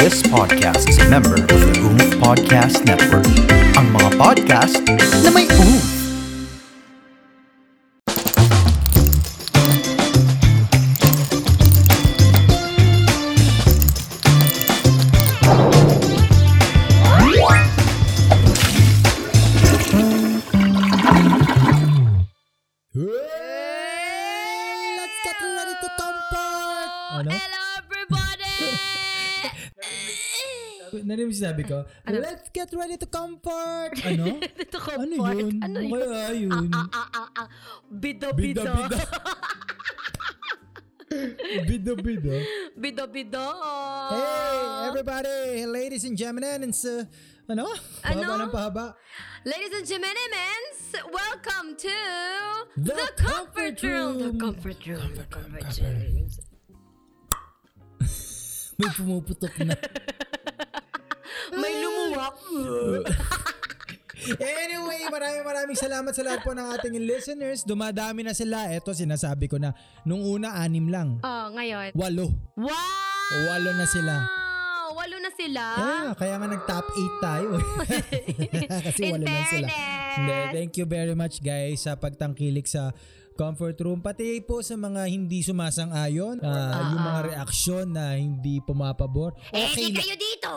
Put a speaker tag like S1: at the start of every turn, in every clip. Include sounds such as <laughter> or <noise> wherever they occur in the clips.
S1: This podcast is a member of the OOF Podcast Network. Ang mga podcast na may OOF.
S2: Let's get ready to tumpok!
S3: Ano?
S2: Hello everybody!
S3: Narinig mo sinabi <laughs> ko?
S2: Ano?
S3: Let's get ready to comfort! <laughs> Ano?
S2: <laughs> Ito ko
S3: ano yun? Ano
S2: Ano yun?
S3: Kaya yun?
S2: Ah, ah, ah, ah. Bido, bido.
S3: Bida,
S2: <laughs>
S3: bida. Bida, <laughs> bida.
S2: Bido, bido.
S3: Hey, everybody! Ladies and gentlemen, and sa... Ano? Pahaba
S2: Ano?
S3: ng pahaba.
S2: Ladies and gentlemen, welcome to
S3: The
S2: Comfort
S3: Comfort
S2: Room. The
S3: Room.
S2: Comfort Room. The Comfort Room.
S3: May pumuputok na.
S2: May lumuwak.
S3: Anyway, maraming maraming salamat sa lahat po ng ating listeners. Dumadami na sila. Eto, sinasabi ko na. Nung una, anim lang.
S2: Oh, ngayon.
S3: Walo.
S2: Wow!
S3: Walo na sila.
S2: Walo na sila.
S3: Kaya nga, kaya nga nag-top 8
S2: <laughs>
S3: tayo. Kasi
S2: In
S3: wala lang sila.
S2: fairness.
S3: Hindi, thank you very much guys sa pagtangkilik sa comfort room. Pati po sa mga hindi sumasang-ayon, ah, yung mga reaksyon na hindi pumapabor.
S2: Eh,
S3: Okay,
S2: di
S3: lang.
S2: kayo <laughs> dito!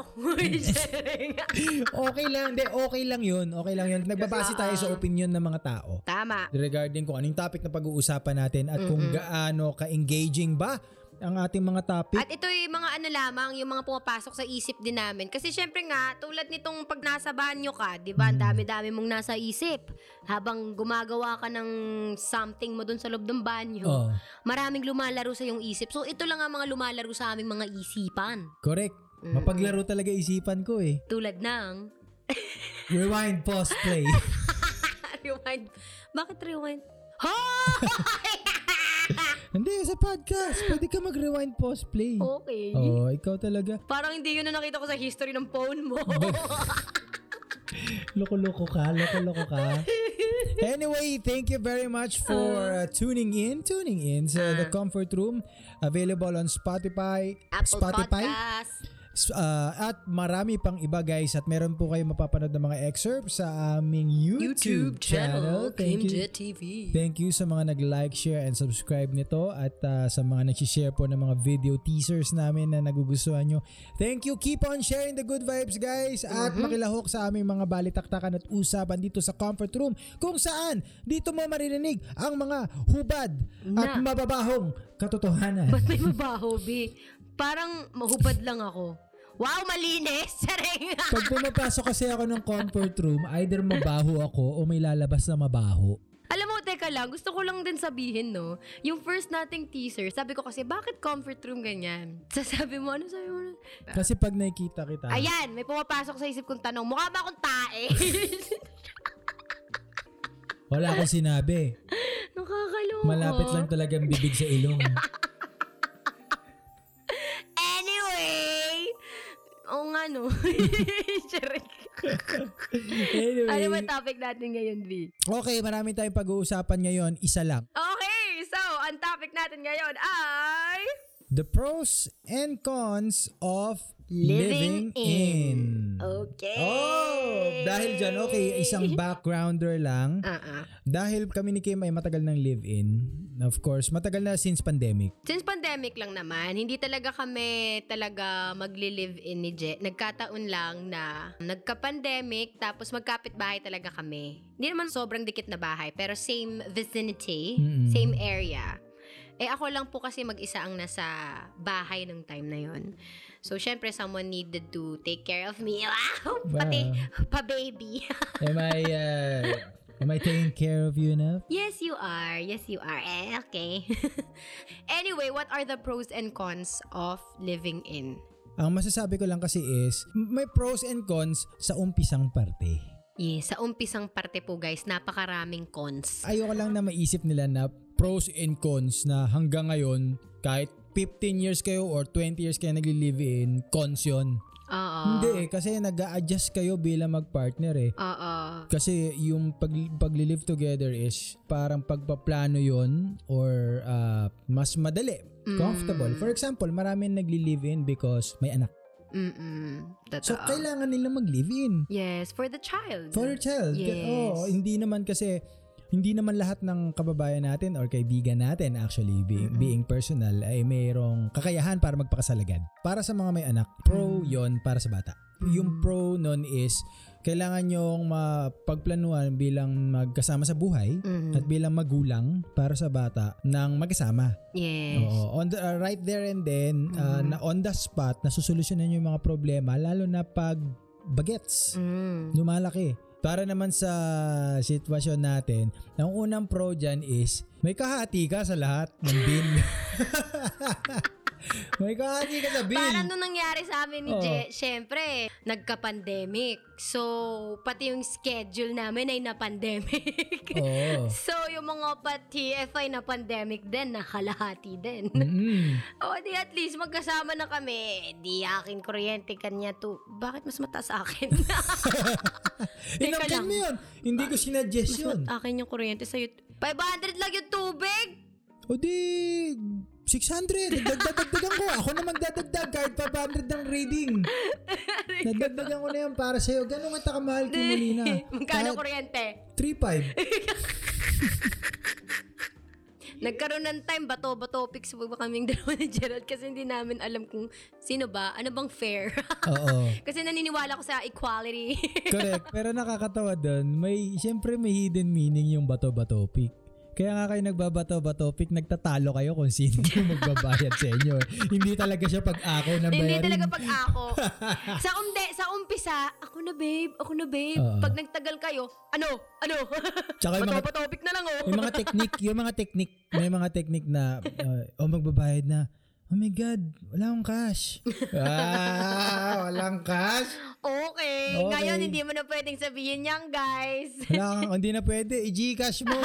S2: <laughs>
S3: okay lang. Hindi, okay lang yun. Okay lang yun. Nagbabase
S2: Ah,
S3: tayo sa opinion ng mga tao
S2: Tama.
S3: regarding kung anong topic na pag-uusapan natin at kung gaano ka-engaging ba ang ating mga topic.
S2: At ito yung mga ano lamang, yung mga pumapasok sa isip din namin. Kasi syempre nga, tulad nitong pag nasa banyo ka, di ba, ang
S3: Mm.
S2: dami-dami mong nasa isip. Habang gumagawa ka ng something mo dun sa loob ng banyo,
S3: Oh,
S2: maraming lumalaro sa yung isip. So ito lang ang mga lumalaro sa aming mga isipan.
S3: correct. Mapaglaro talaga isipan ko eh.
S2: Tulad ng... <laughs>
S3: Rewind, pause, play.
S2: rewind. Bakit rewind?
S3: Hindi, sa podcast. Pwede ka mag-rewind, pause, play. Oo,
S2: <laughs> Okay.
S3: oh, ikaw talaga.
S2: Parang hindi yun na nakita ko sa history ng phone mo.
S3: Loko-loko ka, loko-loko
S2: <laughs>
S3: ka. Anyway, thank you very much for
S2: Mm.
S3: uh, tuning in. Tuning in sa The Comfort Room. Available on Spotify.
S2: <laughs> Apple
S3: Spotify.
S2: Podcast.
S3: S- uh, at marami pang iba guys. At meron po kayo mapapanood ng mga excerpts sa aming YouTube, channel. Thank you.
S2: Kimjet TV.
S3: Thank you sa mga nag-like, share, and subscribe nito at ah, sa mga nag-share po ng mga video teasers namin na nagugustuhan nyo. Thank you. Keep on sharing the good vibes, guys. At makilahok sa aming mga balitaktakan at usapan dito sa Comfort Room kung saan dito mo maririnig ang mga hubad at
S2: Na.
S3: mababahong katotohanan.
S2: Ba't may mabaho, B? Parang mahubad lang ako. Wow, malinis! <laughs> Saring!
S3: Pag pumapasok kasi ako ng comfort room, either mabaho ako o may lalabas na mabaho.
S2: Alam mo, teka lang, gusto ko lang din sabihin, no? Yung first nating teaser, sabi ko kasi, bakit comfort room ganyan? <laughs> Sasabi mo, ano sabi mo?
S3: Kasi pag nakikita kita,
S2: Ayan, may pumapasok sa isip kong tanong, mukha ba akong
S3: <laughs>
S2: tae?
S3: wala akong sinabi.
S2: Nakakaloko.
S3: Malapit lang talagang bibig sa
S2: <laughs>
S3: ilong.
S2: Anyway! Oo nga, no? <laughs>
S3: <laughs>
S2: Charing. ano ba
S3: Anyway,
S2: topic natin ngayon, B?
S3: okay, marami tayong pag-uusapan ngayon. Isa lang.
S2: Okay, so, ang topic natin ngayon ay...
S3: The pros and cons of
S2: Living
S3: living, in.
S2: Okay.
S3: Oh, dahil dyan, okay,
S2: <laughs>
S3: isang backgrounder lang.
S2: Ah, ah.
S3: Dahil kami ni Kim ay matagal ng live-in, of course, matagal na since pandemic.
S2: Since pandemic lang naman, hindi talaga kami talaga magli-live in ni Je. Nagkataon lang na nagka-pandemic tapos magkapit-bahay talaga kami. Hindi naman sobrang dikit na bahay pero same vicinity,
S3: Mm-mm.
S2: same area. Eh ako lang po kasi mag-isa ang nasa bahay ng time na yon. So syempre someone needed to take care of me. <laughs> Wow! Pati pa-baby. <laughs>
S3: Am I, uh, am I taking care of you enough?
S2: Yes, you are. Yes, you are. Eh, okay. <laughs> anyway, what are the pros and cons of living in?
S3: Ang masasabi ko lang kasi is, may pros and cons sa umpisang parte.
S2: Yes, sa umpisang parte po guys, napakaraming cons.
S3: Ayoko lang na maisip nila na pros and cons na hanggang ngayon, kahit 15 years kayo or 20 years kayo nagli-live-in, cons yun.
S2: Oo.
S3: Hindi eh, kasi nag adjust kayo bilang mag-partner eh.
S2: Oo.
S3: Kasi yung pag, pagli-live together is parang pagpaplano yon or uh, ah, mas madali, comfortable. For example, maraming nagli-live in because may anak.
S2: Mm-mm. Totoo.
S3: So, kailangan nila mag-live-in.
S2: Yes, for the child.
S3: For a child. Ka-
S2: Yes.
S3: Oo, hindi naman kasi hindi naman lahat ng kababayan natin or kaibigan natin actually being, being personal ay mayroong kakayahan para magpakasalagad. Para sa mga may anak, pro yon para sa bata. Yung pro nun is kailangan yung mapagplanuhan bilang magkasama sa buhay
S2: Mhm.
S3: at bilang magulang para sa bata ng magkasama.
S2: Yes. Mm-hmm.
S3: Oo. On the, uh, right there and then, uh, na on the spot, nasusolusyonan yung mga problema, lalo na pag bagets,
S2: Mm.
S3: lumalaki. Para naman sa sitwasyon natin, ang unang pro dyan is, may kahati ka sa lahat ng bill. <laughs> may kahati ka sa bill.
S2: Parang nung nangyari sa amin ni
S3: Oo.
S2: Je, syempre, nagka-pandemic. So, pati yung schedule namin ay na-pandemic. <laughs>
S3: Oo.
S2: So, yung mga pa-TFI na pandemic din, nakalahati din.
S3: Hmm. Mm-mm.
S2: <laughs> O, di at least magkasama na kami. Di akin kuryente, kanya to. Bakit mas mataas akin? Teka
S3: Inakin
S2: lang.
S3: mo yun. Hindi ko sinadjust yun.
S2: akin yung kuryente sa'yo. 500 lang yung tubig!
S3: O di, 600. Dagdagdagan ko. Ako na magdadagdag kahit pa 500 ng rating.
S2: <laughs>
S3: Nadagdagan ko na yan para sa'yo. Ganun nga takamahal ko Molina.
S2: Magkano kuryente?
S3: 3-5.
S2: Nagkaroon ng time, bato-bato pics po ba kaming <laughs> dalawa ni Gerald kasi hindi namin alam kung sino ba, ano bang fair. <laughs>
S3: Oo.
S2: kasi naniniwala ko sa equality. <laughs>
S3: Correct. Pero nakakatawa doon. May, siyempre may hidden meaning yung bato-bato pic. Kaya nga kayo nagbabato-bato pic, nagtatalo kayo kung sino <laughs> yung magbabayad sa inyo. Hindi talaga siya pag-ako na
S2: hindi
S3: bayarin.
S2: talaga pag
S3: <laughs>
S2: ako. sa, umde, sa umpisa, ako na babe, ako na babe.
S3: Oo.
S2: Pag nagtagal kayo, ano, ano,
S3: Ah. Tsaka yung mga-
S2: bato-bato pic na lang oh.
S3: May mga technique, yung mga technique, may mga technique na uh, oh magbabayad na. Oh my god, wala akong cash. ah, walang cash.
S2: Okay.
S3: Okay.
S2: Ngayon, hindi mo na pwedeng sabihin yan,
S3: <laughs>
S2: guys.
S3: Wala kang, hindi na pwede, i-Gcash mo.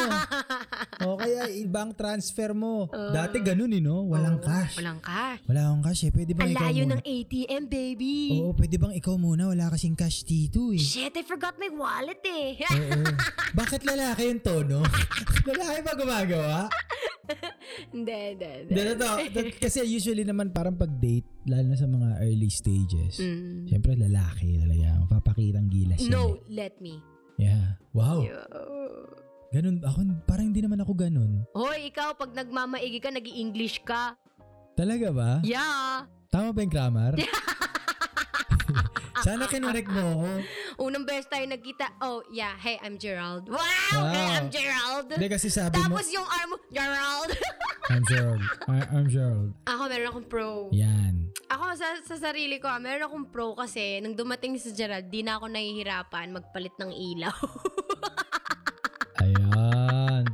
S3: o kaya i-bank transfer mo.
S2: Oh.
S3: Dati ganun eh, no? Walang cash.
S2: Walang cash.
S3: Wala akong cash eh. Pwede bang
S2: Oh, Ang
S3: ikaw
S2: layo
S3: muna?
S2: ng ATM, baby.
S3: Oo, pwede bang ikaw muna? Wala kasing cash dito eh.
S2: Shit, I forgot my wallet eh. <laughs>
S3: Oo. Bakit lalaki yung tono? <laughs> lalaki ba gumagawa?
S2: hindi, hindi, hindi.
S3: Hindi,
S2: <laughs>
S3: totoo. Tot- Kasi usually naman parang pag-date, lalo na sa mga early stages,
S2: Mm.
S3: siyempre lalaki talaga. Papakitang gilas yan
S2: No,
S3: eh.
S2: let me.
S3: Yeah. Wow.
S2: Yo.
S3: Ganun. Ako, parang hindi naman ako ganun.
S2: Hoy, ikaw, pag nagmamaigi ka, nag english ka.
S3: Talaga ba?
S2: Yeah.
S3: Tama ba yung
S2: <laughs>
S3: grammar? Sana kinorek mo ako.
S2: Unang beses tayo nagkita, oh, yeah, hey, I'm Gerald. Wow,
S3: Wow.
S2: hey, I'm Gerald.
S3: Hindi kasi sabi Ah. mo,
S2: Tapos yung arm mo, Gerald. <laughs>
S3: I'm Gerald. I- I'm Gerald.
S2: ako, meron akong pro.
S3: Yan.
S2: Ako, sa, sa sarili ko, ah, meron akong pro kasi nung dumating si Gerald, di na ako nahihirapan magpalit ng ilaw. <laughs>
S3: Ayan.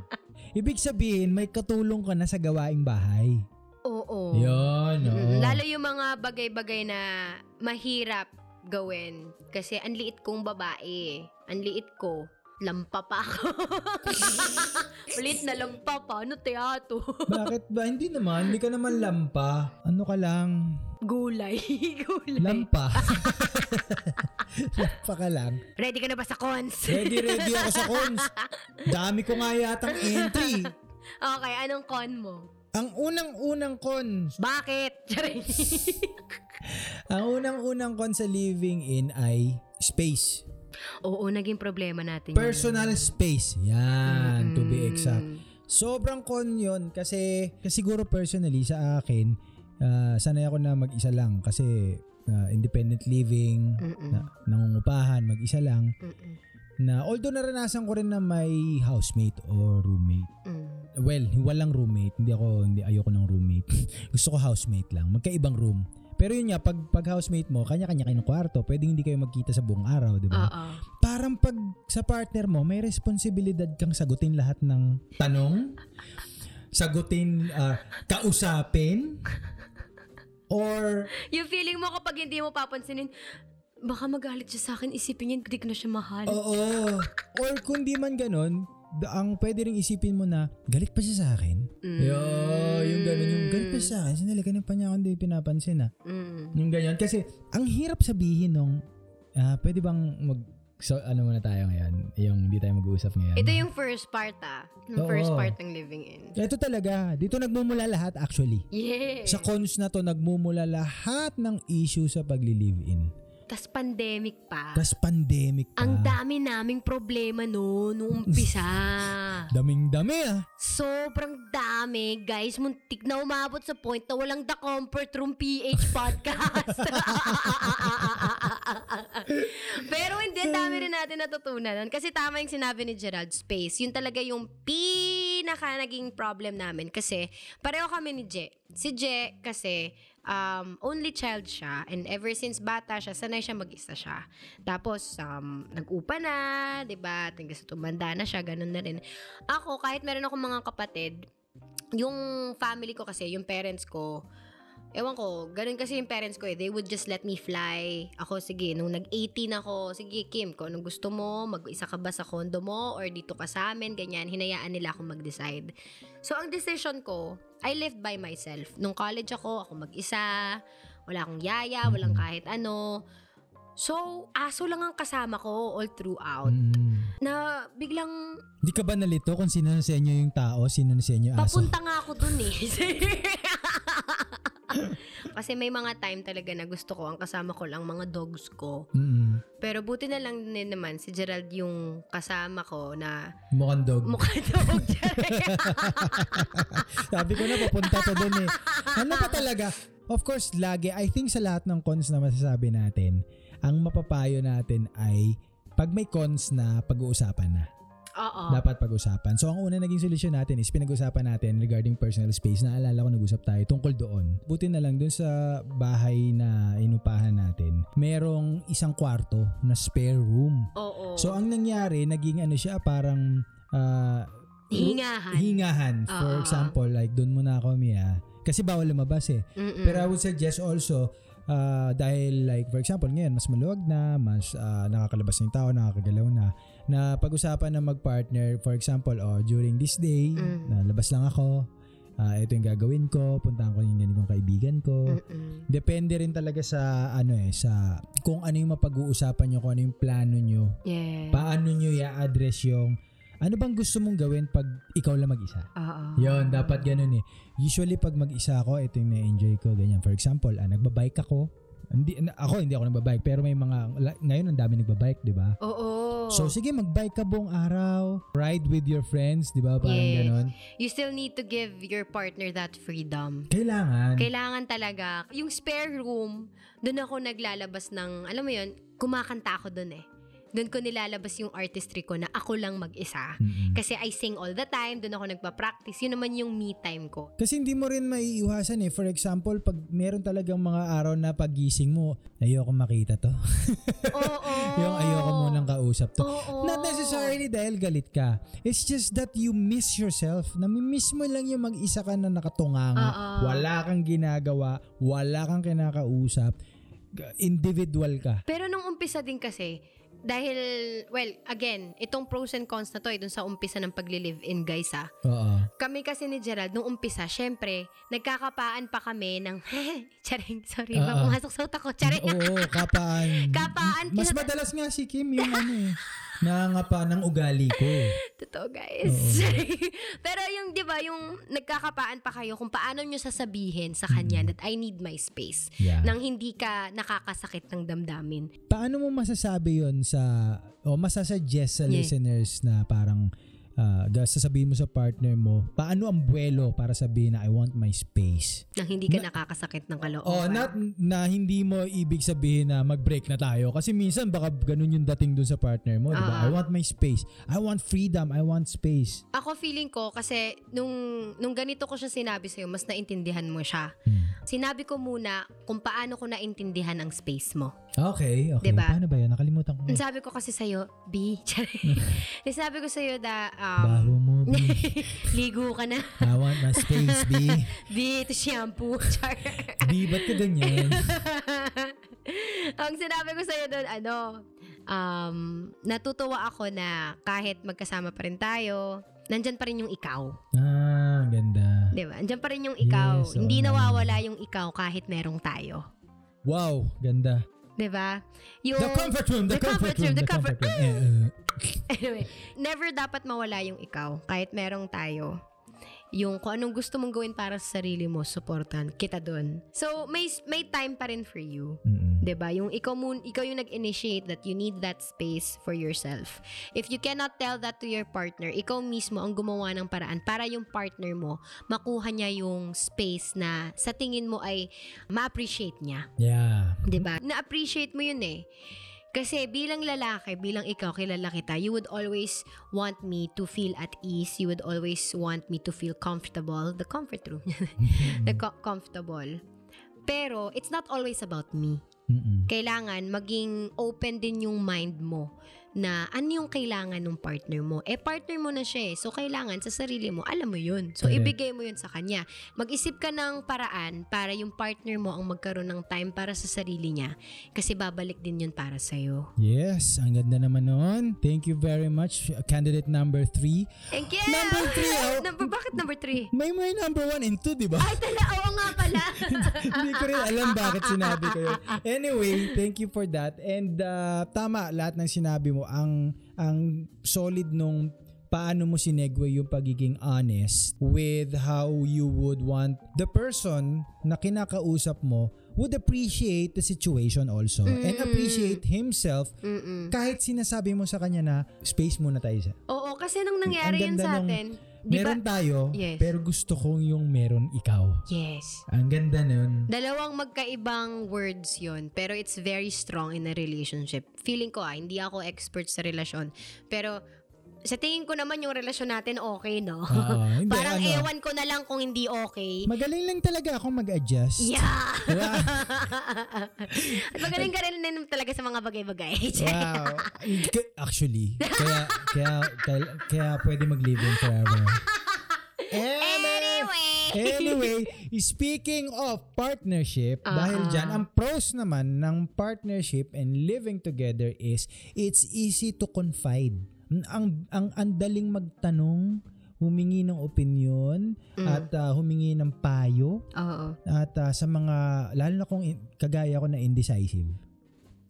S3: Ibig sabihin, may katulong ka na sa gawaing bahay.
S2: Oo.
S3: Yun, ah. oo.
S2: Mm, Lalo yung mga bagay-bagay na mahirap gawin. Kasi ang liit kong babae. Ang liit ko. Lampa pa
S3: <laughs>
S2: ako. <laughs> Ulit na lampa pa. Ano teato?
S3: Bakit ba? Hindi naman. Hindi ka naman lampa. Ano ka lang?
S2: <laughs> Gulay. <laughs> Gulay.
S3: Lampa. <laughs> lampa ka lang.
S2: Ready ka na ba sa cons?
S3: Ready, ready ako sa cons. Dami ko nga yatang entry.
S2: <laughs> okay, anong con mo?
S3: Ang unang-unang con,
S2: Bakit? <laughs>
S3: <laughs>
S2: Charing.
S3: ang unang-unang con sa living in ay space.
S2: Oo, naging problema natin. yun.
S3: Personal space. Yan, to be exact.
S2: Mm.
S3: Sobrang con yun kasi, kasi siguro personally sa akin, ah, sanay ako na mag-isa lang kasi ah, independent living,
S2: Mm-mm.
S3: na, nangungupahan, mag-isa lang.
S2: Mm-mm.
S3: na although naranasan ko rin na may housemate o roommate.
S2: Mm.
S3: Well, walang roommate. Hindi ako hindi ayoko ng roommate. <laughs> Gusto ko housemate lang, magkaibang room. Pero yun nga, pag, pag housemate mo, kanya-kanya kayo ng kwarto. Pwedeng hindi kayo magkita sa buong araw, di ba?
S2: Oo.
S3: Parang pag sa partner mo, may responsibilidad kang sagutin lahat ng tanong, sagutin, ah, kausapin, or
S2: Yung feeling mo kapag hindi mo papansinin, baka magalit siya sa akin, isipin niya, hindi ko na siya mahal.
S3: Oh, Oo. Or kung di man ganun, da- ang pwede rin isipin mo na, galit pa siya sa akin.
S2: Mm.
S3: Yo, yung ganun, yung galit pa siya sa akin. Sinali, ganun pa niya ako, hindi pinapansin ah.
S2: Mm.
S3: Yung ganyan. Kasi, ang hirap sabihin nung, ah, pwede bang mag So, ano muna tayo ngayon? Yung hindi tayo mag-uusap ngayon.
S2: Ito yung first part ah.
S3: Oo.
S2: Yung first part ng living in.
S3: Ito talaga. Dito nagmumula lahat actually.
S2: Yeah.
S3: Sa cons na to, nagmumula lahat ng issue sa pagli-live-in.
S2: Tas pandemic pa.
S3: Tapos pandemic pa.
S2: Ang dami naming problema no,
S3: <laughs>
S2: nung umpisa.
S3: Daming-dami ah.
S2: Sobrang dami, guys. Muntik na umabot sa point na walang The Comfort Room PH podcast. <laughs> Pero hindi, ang dami rin natin natutunan. nun. Kasi tama yung sinabi ni Gerald, space. Yun talaga yung pinaka naging problem namin. Kasi pareho kami ni Je. Si Je kasi um, only child siya. And ever since bata siya, sanay siya mag-isa siya. Tapos, um, nag-upa na, di ba? Hanggang sa tumanda na siya, ganun na rin. Ako, kahit meron akong mga kapatid, yung family ko kasi, yung parents ko, Ewan ko, ganun kasi yung parents ko eh. They would just let me fly. Ako, sige, nung nag-18 ako, sige Kim, kung anong gusto mo, mag-isa ka ba sa condo mo or dito ka sa amin, ganyan, hinayaan nila akong mag-decide. So, ang decision ko, I lived by myself. Nung college ako, ako mag-isa, wala akong yaya, walang kahit ano. So, aso lang ang kasama ko all throughout.
S3: Mm.
S2: Na biglang
S3: Hindi ka ba nalito kung sino na sa inyo yung tao, sino na sa inyo yung aso?
S2: Papunta nga ako dun eh. <laughs> Kasi may mga time talaga na gusto ko, ang kasama ko lang mga dogs ko.
S3: Mm-mm.
S2: Pero buti na lang din naman si Gerald yung kasama ko na
S3: Mukhang dog.
S2: mukha dog <laughs> Gerald.
S3: Sabi ko na papunta to dun eh. Ano pa talaga? Of course, lagi, I think sa lahat ng cons na masasabi natin, ang mapapayo natin ay pag may cons na, pag-uusapan na.
S2: Oo.
S3: Dapat pag-usapan. So, ang una naging solusyon natin is pinag-usapan natin regarding personal space. Naalala ko nag-usap tayo tungkol doon. Buti na lang doon sa bahay na inupahan natin, merong isang kwarto na spare room.
S2: Oo.
S3: So ang nangyari, naging ano siya parang ah,
S2: Hingahan.
S3: hingahan. For
S2: Ano? Oo.
S3: example, like doon muna ako umiya. Kasi bawal lumabas eh.
S2: Mm-mm.
S3: Pero I would suggest also ah, dahil like for example ngayon mas maluwag na, mas ah, nakakalabas na yung tao, nakakagalaw na na pag-usapan na mag-partner for example oh, during this day
S2: Mm.
S3: na labas lang ako ah, ito yung gagawin ko, puntahan ko yung ganitong kaibigan ko.
S2: Mm. Mm-mm.
S3: Depende rin talaga sa ano eh sa kung ano yung mapag-uusapan nyo, kung ano yung plano nyo
S2: Yeah.
S3: paano nyo i-address yung ano bang gusto mong gawin pag ikaw lang mag-isa?
S2: Oo.
S3: Yun, dapat ganun eh. Usually pag mag-isa ako, ito yung na-enjoy ko, ganyan. For example, ah, nagbabike ako. Hindi, na- ako hindi ako nagbabike, pero may mga, la- ngayon ang dami nagbabike, di ba?
S2: Oo.
S3: So sige, magbike ka buong araw. Ride with your friends, di ba? Parang
S2: Yes.
S3: ganun.
S2: you still need to give your partner that freedom.
S3: Kailangan.
S2: Kailangan talaga. Yung spare room, doon ako naglalabas ng, alam mo yun, kumakanta ako doon eh. Doon ko nilalabas yung artistry ko na ako lang mag-isa.
S3: Mm-mm.
S2: Kasi I sing all the time, doon ako nagpa-practice. Yun naman yung me time ko.
S3: Kasi hindi mo rin maiiwasan eh. For example, pag meron talagang mga araw na pagising mo, ayoko makita to.
S2: Oo.
S3: <laughs> Yung ayoko munang kausap to.
S2: Oh. Oo.
S3: Not necessarily dahil galit ka. It's just that you miss yourself. Namimiss mo lang yung mag-isa ka na nakatunganga.
S2: Oo.
S3: Wala kang ginagawa. Wala kang kinakausap. G- Individual ka.
S2: Pero nung umpisa din kasi, dahil, well, again, itong pros and cons na to eh, dun sa umpisa ng pagli-live-in, guys ah.
S3: Oo.
S2: Kami kasi ni Gerald, nung umpisa, syempre, nagkakapaan pa kami ng, <laughs> charing, sorry,
S3: Oo.
S2: uh, pumasok sa utak ko, charing.
S3: Oo, kapaan.
S2: <laughs> Kapaan.
S3: Mas madalas nga si Kim yung ano eh. Nangangapa ng ugali ko.
S2: Totoo, guys.
S3: Mm.
S2: <laughs> Pero yung, di ba, yung nagkakapaan pa kayo kung paano nyo sasabihin sa kanya that I need my
S3: Mm.
S2: space
S3: Yeah.
S2: nang hindi ka nakakasakit ng damdamin.
S3: Paano mo masasabi yon sa, o masasuggest sa
S2: Yeah.
S3: listeners na parang ah, ga- sasabihin mo sa partner mo, paano ang buwelo para sabihin na I want my space?
S2: Nang hindi ka nakakasakit ng kalooban.
S3: Oh, not na hindi mo ibig sabihin na mag-break na tayo kasi minsan baka ganun yung dating dun sa partner mo, 'di ba?
S2: Ah.
S3: I want my space. I want freedom. I want space.
S2: Ako feeling ko kasi nung nung ganito ko siya sinabi sa'yo, mas naintindihan mo siya.
S3: Mm.
S2: Sinabi ko muna kung paano ko naintindihan ang space mo.
S3: Okay, okay.
S2: 'Di ba?
S3: Paano ba 'yun? Nakalimutan ko.
S2: Ang sabi ko kasi sa'yo, B, <laughs> Sabi ko sa'yo na,
S3: Mm. Baho
S2: um,
S3: mo, B.
S2: <laughs> ligo ka na. <laughs>
S3: I want my space, B.
S2: B, ito shampoo. <laughs> Char.
S3: B, ba't ka
S2: <laughs>
S3: ganyan?
S2: Ang sinabi ko sa'yo doon, ano, um, natutuwa ako na kahit magkasama pa rin tayo, nandyan pa rin yung ikaw.
S3: Ah, ang ganda.
S2: Di ba? Nandyan pa rin yung ikaw.
S3: Yes, oo
S2: Hindi
S3: naman.
S2: nawawala yung ikaw kahit merong tayo.
S3: Wow, ganda.
S2: Diba? Yung,
S3: The comfort room, the, comfort, room, the comfort room. Eh, eh.
S2: <laughs> anyway, never dapat mawala yung ikaw. Kahit merong tayo. Yung kung anong gusto mong gawin para sa sarili mo, supportan kita doon. So, may, may time pa rin for you.
S3: Mm-mm.
S2: 'di ba? Yung ikaw mun ikaw yung nag-initiate that you need that space for yourself. If you cannot tell that to your partner, ikaw mismo ang gumawa ng paraan para yung partner mo makuha niya yung space na sa tingin mo ay ma-appreciate niya,
S3: Yeah. uh,
S2: 'di ba? Diba? Na-appreciate mo yun eh. Kasi bilang lalaki, bilang ikaw, kilala kita, you would always want me to feel at ease. You would always want me to feel comfortable. The comfort room. <laughs> the co- comfortable. Pero, it's not always about me
S3: Mm-mm.
S2: kailangan maging open din yung mind mo na ano yung kailangan ng partner mo. Eh, partner mo na siya eh. So, kailangan sa sarili mo, alam mo yun. So,
S3: Correct.
S2: ibigay mo yun sa kanya. Mag-isip ka ng paraan para yung partner mo ang magkaroon ng time para sa sarili niya. Kasi babalik din yun para sa'yo.
S3: Yes, ang ganda naman noon. Thank you very much, candidate number three.
S2: Thank you!
S3: Number three, oh.
S2: <laughs> Number, bakit number three?
S3: May may number one and two, di ba?
S2: Ay, tala, oo nga pala.
S3: Hindi ko rin alam bakit sinabi ko yun. Anyway, thank you for that. And uh, tama, lahat ng sinabi mo, ang, ang solid nung paano mo sinegue yung pagiging honest with how you would want the person na kinakausap mo would appreciate the situation also and appreciate himself
S2: Mm-mm.
S3: kahit sinasabi mo sa kanya na space muna tayo sa
S2: <laughs> Oo, kasi nung
S3: Ang
S2: nangyari yun
S3: ganda
S2: sa
S3: nung-
S2: atin, di ba?
S3: meron tayo
S2: Yes.
S3: pero gusto kong yung meron ikaw
S2: Yes.
S3: ang ganda nun
S2: Dalawang magkaibang words yon pero it's very strong in a relationship. Feeling ko ah, hindi ako expert sa relasyon. Pero sa tingin ko naman yung relasyon natin okay, no?
S3: Oo, hindi,
S2: <laughs> Parang
S3: ano.
S2: ewan ko na lang kung hindi okay.
S3: magaling lang talaga akong mag-adjust Diba?
S2: Yeah!
S3: Wow.
S2: At magaling ka rin din talaga sa mga
S3: <laughs>
S2: bagay-bagay.
S3: Wow. K- Actually, kaya, kaya, kaya, kaya pwede mag-live-in forever. Anyway.
S2: anyway!
S3: Anyway, speaking of partnership, dahil dyan, ang pros naman ng partnership and living together is it's easy to confide. Mm, Ang ang andaling magtanong, humingi ng opinion at ah, humingi ng payo
S2: Oo.
S3: at ah, sa mga lalo na kung in- kagaya ko na indecisive.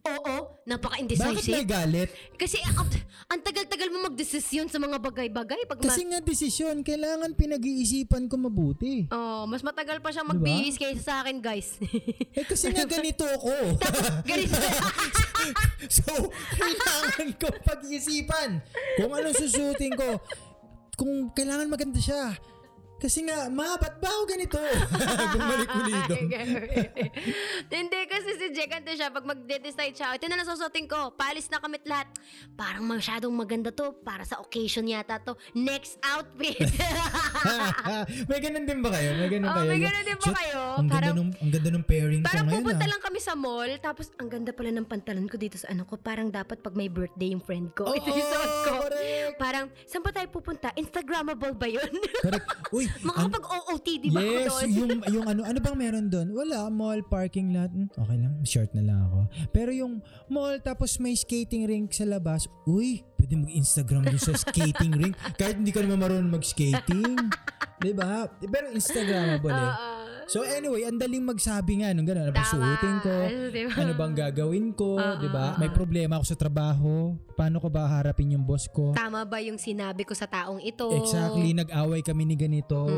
S2: Oo,
S3: Bakit may
S2: napaka-indecisive.
S3: galit?
S2: Kasi ang, ang tagal-tagal mo magdesisyon sa mga bagay-bagay. Pag ma-
S3: Kasi nga desisyon, kailangan pinag-iisipan ko mabuti.
S2: Oh, mas matagal pa siyang
S3: Diba?
S2: magbihis kaysa sa akin, guys. <laughs>
S3: Eh kasi nga ganito ako. <laughs>
S2: Ganito.
S3: so, kailangan ko pag-iisipan kung anong susutin ko. Kung kailangan maganda siya. Kasi nga, ma, ba't ba ako ganito? <laughs> Bumalik uli
S2: <laughs>
S3: doon.
S2: Ah, Hindi kasi si Jack ante siya pag magde-decide siya, ito na lang susutin ko, palis na kamit lahat. Parang masyadong maganda to, para sa occasion yata to. Next
S3: <laughs>
S2: outfit.
S3: <laughs> may ganun din ba kayo? May ganun
S2: Oh,
S3: kayo?
S2: may ganun din ba
S3: Shit,
S2: kayo?
S3: Ang ganda,
S2: Parang-
S3: nung, ang ganda nung pairing ko
S2: <laughs> parang
S3: ngayon.
S2: pupunta
S3: ah.
S2: lang kami sa mall, tapos ang ganda pala ng pantalon ko dito sa ano ko, parang dapat pag may birthday yung friend ko, ito <laughs> yung suot ko.
S3: Oo, correct.
S2: Parang, saan pa tayo pupunta? Instagrammable ba yun? <laughs>
S3: Correct. Uy, ang-
S2: Makakapag-OOTD ba ako
S3: yes,
S2: doon?
S3: yung, yung ano, ano bang meron doon? Wala, mall, parking lot. Hmm, Okay lang, short na lang ako. Pero yung mall, tapos may skating rink sa labas. Uy, pwede mag-Instagram doon sa skating
S2: <laughs>
S3: rink. Kahit hindi ka naman marunong mag-skating. 'Di ba? Pero Instagrammable eh. So anyway, ang daling magsabi nga nung gano'n, ano ba
S2: Tama.
S3: suotin ko?
S2: <laughs> Diba?
S3: Ano bang gagawin ko? 'Di ba? May problema ako sa trabaho. Paano ko ba harapin yung boss ko?
S2: Tama ba yung sinabi ko sa taong ito?
S3: Exactly, nag-away kami ni ganito.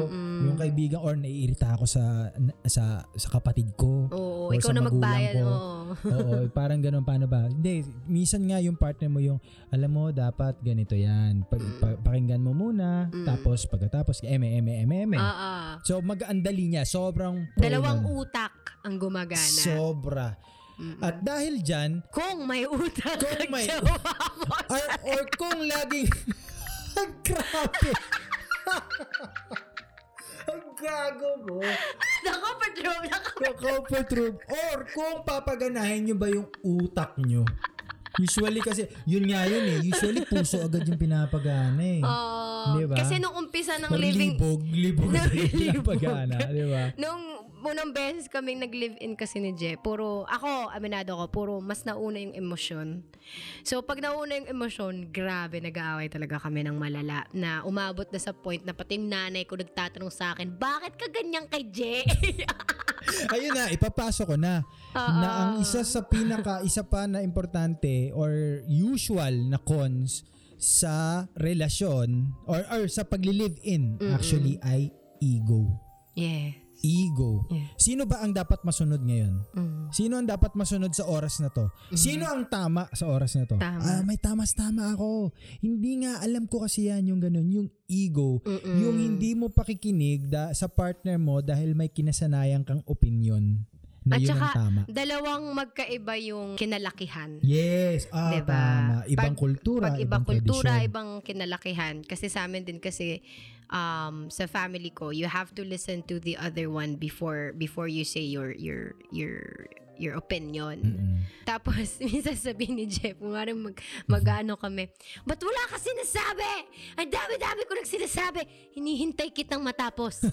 S3: Yung kaibigan or naiirita ako sa sa sa kapatid ko.
S2: Oo,
S3: or
S2: ikaw
S3: sa
S2: na
S3: magulang
S2: magbayad.
S3: ko.
S2: Oo.
S3: <laughs> Oo, parang ganun paano ba? Hindi, minsan nga yung partner mo yung alam mo dapat ganito 'yan. Pag, pa- pakinggan mo muna, tapos pagkatapos eme eme eme eme.
S2: Oo.
S3: So mag-andali niya, sobrang pro
S2: Ah. Dalawang
S3: nun.
S2: utak ang gumagana.
S3: Sobra. At dahil diyan,
S2: kung may utak
S3: Kung
S2: ang
S3: may-
S2: jowa <laughs> mo.
S3: or, or kung laging <laughs> ang grabe. <laughs> ang gago mo.
S2: Nako, Pedro, nako.
S3: Yung comfort room or kung papaganahin nyo ba yung utak nyo. Usually kasi, yun nga yun eh. Usually puso agad yung pinapagana eh.
S2: Oo.
S3: Diba?
S2: Kasi nung umpisa ng
S3: Or
S2: living... <laughs>
S3: libog, libog
S2: Ng
S3: yung
S2: libog.
S3: pinapagana, di ba?
S2: Nung unang beses kaming nag-live-in kasi ni Je, puro, ako, aminado ko, puro mas nauna yung emosyon. So, pag nauna yung emosyon, grabe, nag-aaway talaga kami ng malala na umabot na sa point na pati yung nanay ko nagtatanong sa akin, bakit ka ganyan kay <laughs> Je?
S3: Ayun na, ipapasok ko na.
S2: Oo.
S3: Na ang isa sa pinaka, isa pa na importante or usual na cons sa relasyon or, or sa pagli-live-in actually ay ego.
S2: yeah.
S3: Ego.
S2: Yeah.
S3: Sino ba ang dapat masunod ngayon?
S2: Mm.
S3: Sino ang dapat masunod sa oras na to? Sino ang tama sa oras na to?
S2: Tama.
S3: Ah, may tamas-tama ako. Hindi nga alam ko kasi yan yung ganun, yung ego,
S2: Mm-mm.
S3: yung hindi mo pakikinig da- sa partner mo dahil may kinasanayan kang opinion na
S2: At
S3: yun
S2: saka,
S3: ang tama.
S2: dalawang magkaiba yung kinalakihan.
S3: Yes, ah,
S2: Diba?
S3: tama. Ibang
S2: Pag-
S3: kultura,
S2: Pag ibang kultura,
S3: tradisyon.
S2: ibang kinalakihan. Kasi sa amin din kasi um, sa family ko, you have to listen to the other one before before you say your your your your opinion.
S3: Mm-mm.
S2: Tapos, <laughs> minsan sabihin ni Jeff, kumari mag, mag-ano kami, ba't wala ka sinasabi? Ang dami-dami ko nang sinasabi. Hinihintay kitang
S3: <laughs>
S2: matapos.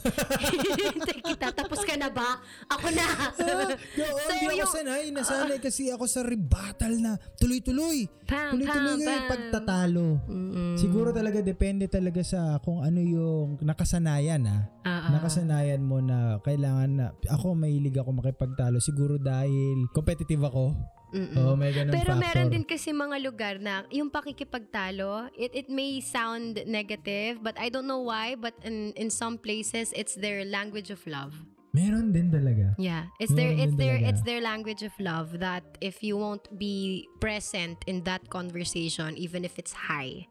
S2: Hinihintay kita. Tapos ka na ba? Ako na. <laughs>
S3: Oo, Ah, oh, hindi ako
S2: yung-
S3: sanay.
S2: <laughs>
S3: Nasanay kasi ako sa rebattle na tuloy-tuloy.
S2: Pam,
S3: Tuloy-tuloy
S2: pam,
S3: yung
S2: pam.
S3: pagtatalo.
S2: Mm-mm.
S3: Siguro talaga depende talaga sa kung ano yung nakasanayan ah.
S2: Ah, ah.
S3: Nakasanayan mo na kailangan na ako mahilig ako makipagtalo siguro dahil competitive ako.
S2: Mm-mm.
S3: Oo, may ganun
S2: Pero
S3: factor.
S2: meron din kasi mga lugar na yung pakikipagtalo, it it may sound negative, but I don't know why, but in in some places it's their language of love.
S3: Meron din talaga.
S2: Yeah, it's their
S3: Meron
S2: it's
S3: Mm, din
S2: their
S3: talaga.
S2: it's their language of love that if you won't be present in that conversation even if it's high,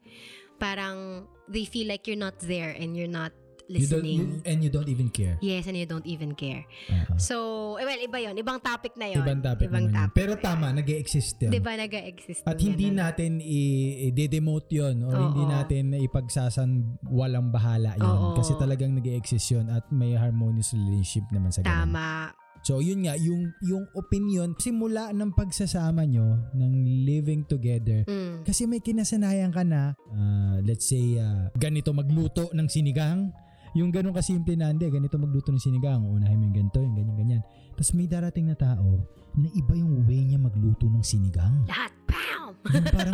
S2: parang they feel like you're not there and you're not
S3: You don't, you,
S2: listening.
S3: and you don't even care.
S2: Yes, and you don't even care.
S3: Oo.
S2: So, eh, well, iba yon Ibang topic na yon
S3: Ibang topic
S2: Ibang
S3: naman yun.
S2: topic.
S3: Pero tama, nag exist yun.
S2: Di ba ano? nag-exist?
S3: At
S2: yung
S3: hindi
S2: ganun?
S3: natin i- i-demote yun or
S2: Oo.
S3: hindi natin ipagsasan walang bahala yun.
S2: Oo.
S3: Kasi talagang nag exist yun at may harmonious relationship naman sa ganun.
S2: Tama.
S3: So yun nga, yung, yung opinion, simula ng pagsasama nyo, ng living together,
S2: Mm.
S3: kasi may kinasanayan ka na, ah, let's say, ah, ganito magluto ng sinigang, yung ganun kasimple na, hindi, ganito magluto ng sinigang, unahin mo yung ganito, yung ganyan-ganyan. Tapos may darating na tao na iba yung way niya magluto ng sinigang.
S2: Lahat. Pow!
S3: Yung parang,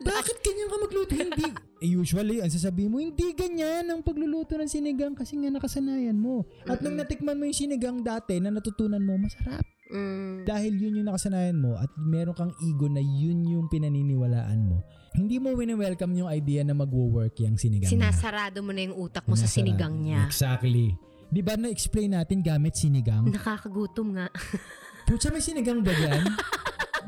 S3: bakit ganyan ka magluto? Hindi. Eh, usually, ang sasabihin mo, hindi ganyan ang pagluluto ng sinigang kasi nga nakasanayan mo. At nung natikman mo yung sinigang dati na natutunan mo, masarap.
S2: Mm.
S3: Dahil yun yung nakasanayan mo at meron kang ego na yun yung pinaniniwalaan mo, hindi mo wini-welcome yung idea na magwo-work yung sinigang
S2: Sinasarado mo na yung utak
S3: niya.
S2: mo sa
S3: Sinasara-
S2: sinigang niya.
S3: Exactly. Di ba na-explain natin gamit sinigang?
S2: Nakakagutom nga.
S3: <laughs> Pucha, may sinigang ba
S2: <laughs>
S3: dyan?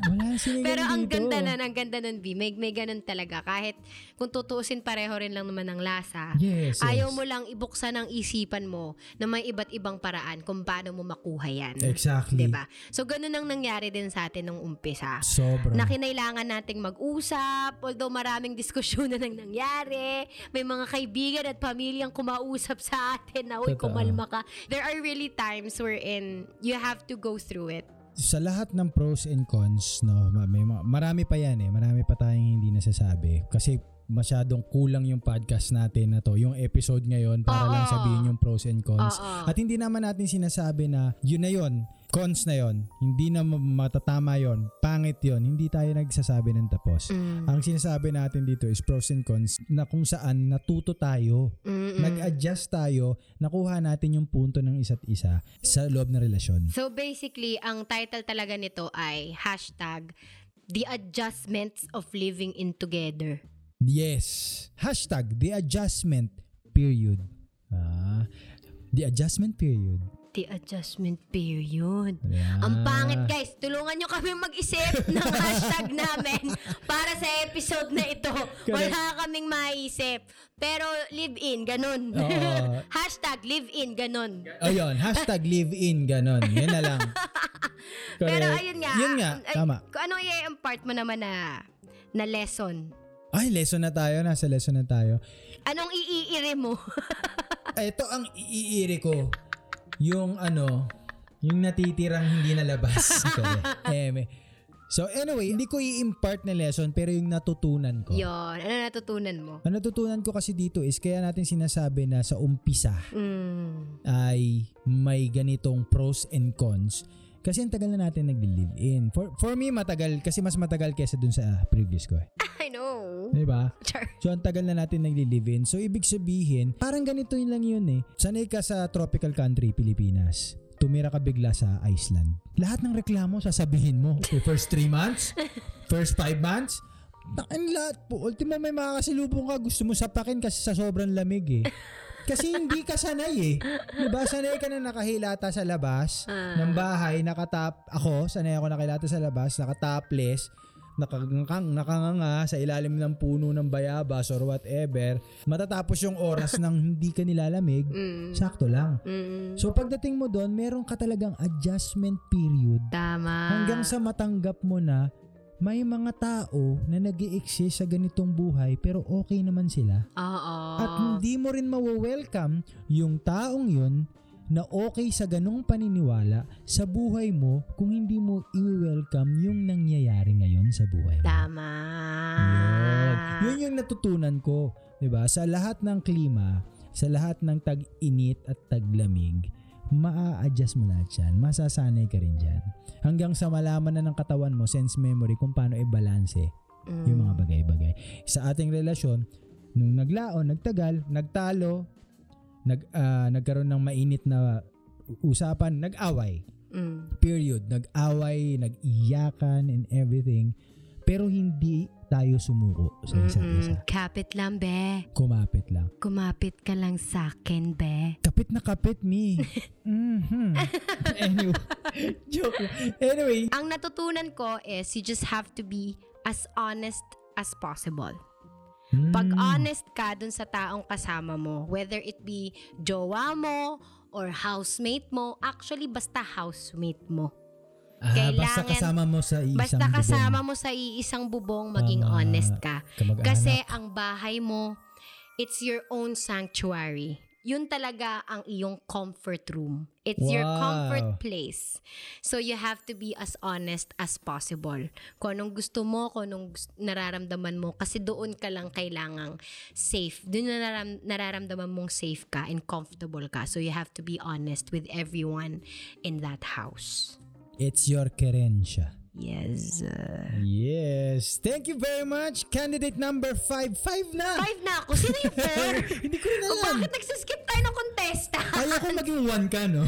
S3: Wala sinigang
S2: Pero ang
S3: dito.
S2: ganda na, ang ganda nun, B. May, may ganun talaga. Kahit kung tutuusin, pareho rin lang naman ang lasa.
S3: Yes, yes.
S2: Ayaw mo lang ibuksan ang isipan mo na may iba't ibang paraan kung paano mo makuha yan.
S3: Exactly.
S2: Diba? So, ganun ang nangyari din sa atin nung umpisa.
S3: Sobra.
S2: na kinailangan nating mag-usap, although maraming diskusyon <laughs> na nang nangyari, may mga kaibigan at pamilyang kumausap sa atin na, uy,
S3: Totoo.
S2: kumalma ka. There are really times wherein you have to go through it.
S3: sa lahat ng pros and cons, no, ma- may mga- marami pa yan eh. Marami pa tayong hindi nasasabi. Kasi masyadong kulang yung podcast natin na to. Yung episode ngayon para
S2: Oo.
S3: lang sabihin yung pros and cons.
S2: Oo.
S3: At hindi naman natin sinasabi na yun na yun. Cons na yun. Hindi na ma- matatama yun. Pangit yun. Hindi tayo nagsasabi ng tapos.
S2: Mm.
S3: Ang sinasabi natin dito is pros and cons na kung saan natuto tayo.
S2: Mm-mm.
S3: Nag-adjust tayo. Nakuha natin yung punto ng isa't isa sa loob ng relasyon.
S2: So basically, ang title talaga nito ay hashtag The Adjustments of Living in Together.
S3: Yes. Hashtag the adjustment period. Ah, the adjustment period.
S2: The adjustment period.
S3: Ayan.
S2: Ang pangit guys, tulungan nyo kami mag-isip <laughs> ng hashtag namin para sa episode na ito. Wala kaming maisip. Pero live-in, ganun.
S3: Oo.
S2: <laughs> hashtag live-in, ganun.
S3: Ayun, Oh, hashtag live in, ganon. Yun na lang.
S2: <laughs> Pero
S3: Correct.
S2: ayun nga.
S3: Yun nga,
S2: ay-
S3: tama.
S2: Kung ano yung ang part mo naman na, na lesson?
S3: Ay, lesson na tayo. Nasa lesson na tayo.
S2: Anong iiiri mo?
S3: Oh. Ito ang iiiri ko.
S2: <laughs>
S3: Yung ano, yung natitirang hindi nalabas. Sorry. eh, may- So anyway, hindi ko i-impart na lesson pero yung natutunan ko.
S2: <laughs> Yun. Ano natutunan mo?
S3: Ang natutunan ko kasi dito is kaya natin sinasabi na sa umpisa
S2: Mm.
S3: ay may ganitong pros and cons. Kasi ang tagal na natin nag-live in. For, for me, matagal. Kasi mas matagal kesa dun sa previous ko. eh.
S2: I know.
S3: Di ba?
S2: Char.
S3: So, ang tagal na natin nag-live in. So, ibig sabihin, parang ganito yun lang yun eh. Sanay ka sa tropical country, Pilipinas. Tumira ka bigla sa Iceland. Lahat ng reklamo, sasabihin mo. Okay, first three months? First five months? Ang lahat po. Ultimo, may makakasilubong ka. Gusto mo sapakin kasi sa sobrang lamig eh. Kasi hindi ka sanay eh. Diba? Sanay ka na nakahilata sa labas ng bahay. Nakatap. Ako, sanay ako nakahilata sa labas. Nakatapless. Nakangkang, nakanganga sa ilalim ng puno ng bayabas or whatever. Matatapos yung oras ng hindi ka nilalamig.
S2: Mm.
S3: Sakto lang.
S2: Mm.
S3: So pagdating mo doon, meron ka talagang adjustment period
S2: Tama.
S3: Hanggang sa matanggap mo na may mga tao na nag exist sa ganitong buhay pero okay naman sila.
S2: Oo.
S3: At hindi mo rin mawa-welcome yung taong yun na okay sa ganong paniniwala sa buhay mo kung hindi mo i-welcome yung nangyayari ngayon sa buhay mo.
S2: Tama.
S3: Yun.
S2: Ah.
S3: Yun yung natutunan ko, 'di ba? Sa lahat ng klima, sa lahat ng tag-init at taglamig, maa-adjust mo lahat 'yan. Masasanay ka rin diyan. Hanggang sa malaman na ng katawan mo, sense memory kung paano i-balanse
S2: Mm.
S3: yung mga bagay-bagay. Sa ating relasyon, nung naglaon, nagtagal, nagtalo, nag ah, nagkaroon ng mainit na usapan, nag-away
S2: Mm.
S3: period, nag-away, nag-iyakan and everything, pero hindi tayo sumuko sa isa't isa.
S2: Mm-mm. mm, Kapit lang, be.
S3: Kumapit lang.
S2: Kumapit ka lang sa akin, be.
S3: Kapit na kapit, me.
S2: <laughs>
S3: mhm Anyway. Joke. lang. Anyway.
S2: Ang natutunan ko is you just have to be as honest as possible. Pag
S3: Mm.
S2: honest ka dun sa taong kasama mo, whether it be jowa mo or housemate mo, actually basta housemate mo.
S3: Ah, basta
S2: kailangan-
S3: kasama mo sa isang
S2: Basta
S3: bubong.
S2: kasama mo sa iisang bubong, maging
S3: Tama.
S2: honest ka.
S3: Kamag-anak.
S2: Kasi ang bahay mo, it's your own sanctuary. Yun talaga ang iyong comfort room. It's your
S3: Wow.
S2: comfort place. So you have to be as honest as possible. Kung anong gusto mo, kung anong gus- nararamdaman mo. Kasi doon ka lang kailangang safe. Doon na naram- nararamdaman mong safe ka and comfortable ka. So you have to be honest with everyone in that house.
S3: It's your kerensya.
S2: Yes.
S3: Yes. Thank you very much. Candidate number 5. 5 na.
S2: Five na ako. Sino yung
S3: <laughs>
S2: four?
S3: Hindi ko rin
S2: Kung
S3: alam.
S2: bakit nagsiskip tayo ng kontesta?
S3: Ayoko maging one ka, no?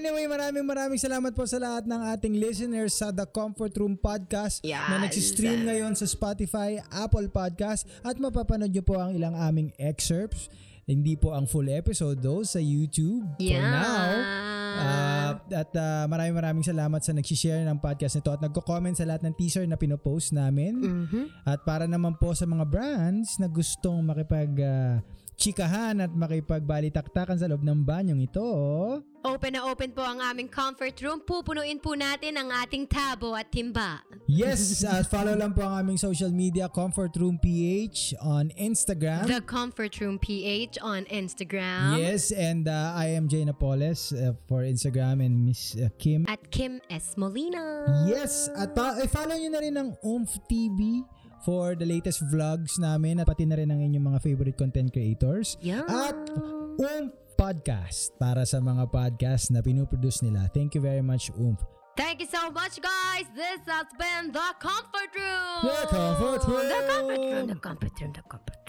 S3: anyway, maraming maraming salamat po sa lahat ng ating listeners sa The Comfort Room Podcast na
S2: Yes.
S3: nagsistream ngayon sa Spotify, Apple Podcast at mapapanood nyo po ang ilang aming excerpts. Hindi po ang full episode though sa YouTube for
S2: Yeah.
S3: now. Ah, at ah, maraming maraming salamat sa nagsishare ng podcast nito at nagko-comment sa lahat ng teaser na pinopost namin. At para naman po sa mga brands na gustong makipag ah, chikahan at makipagbalitaktakan sa loob ng banyong ito,
S2: Open na open po ang aming comfort room. Pupunuin po natin ang ating tabo at timba.
S3: yes, at follow lang po ang aming social media, Comfort Room PH on Instagram.
S2: The Comfort Room PH on Instagram.
S3: yes, and ah, I am Jay Napoles ah, for Instagram and Miss ah, Kim
S2: At Kim S. Molina.
S3: Yes, at pa- eh, follow nyo na rin ang Oomph TV for the latest vlogs namin at pati na rin ang inyong mga favorite content creators.
S2: Yeah.
S3: At Oomph Podcast para sa mga podcast na pinuproduce nila. Thank you very much, Oomph.
S2: Thank you so much, guys. This has been The Comfort Room.
S3: The Comfort Room.
S2: The Comfort Room. The Comfort Room. The Comfort Room.